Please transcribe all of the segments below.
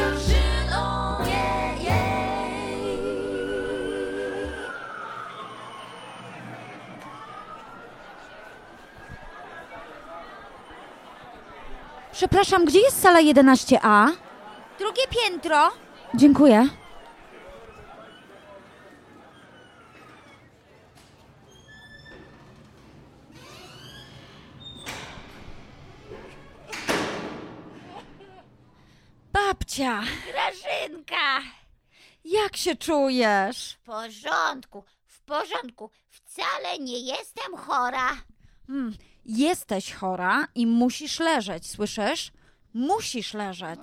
Marzyną nie jej. Przepraszam, gdzie jest sala 11A? Drugie piętro. Dziękuję. Babcia, Grażynka. jak się czujesz? W porządku, w porządku. Wcale nie jestem chora. Hmm, jesteś chora i musisz leżeć, słyszysz? Musisz leżeć.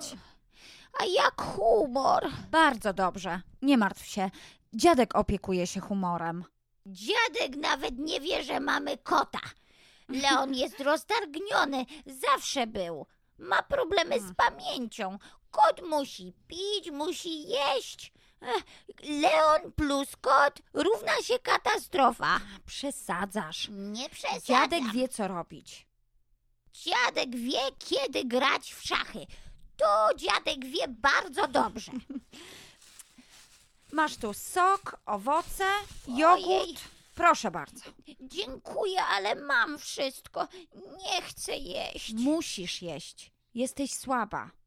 A jak humor. Bardzo dobrze, nie martw się. Dziadek opiekuje się humorem. Dziadek nawet nie wie, że mamy kota. Leon jest roztargniony, zawsze był. Ma problemy z pamięcią. Kot musi pić, musi jeść. Ech, Leon plus kot równa się katastrofa. Przesadzasz. Nie przesadzam. Dziadek wie, co robić. Dziadek wie, kiedy grać w szachy. To dziadek wie bardzo dobrze. Masz tu sok, owoce, jogurt. Ojej. Proszę bardzo. Dziękuję, ale mam wszystko. Nie chcę jeść. Musisz jeść. Jesteś słaba.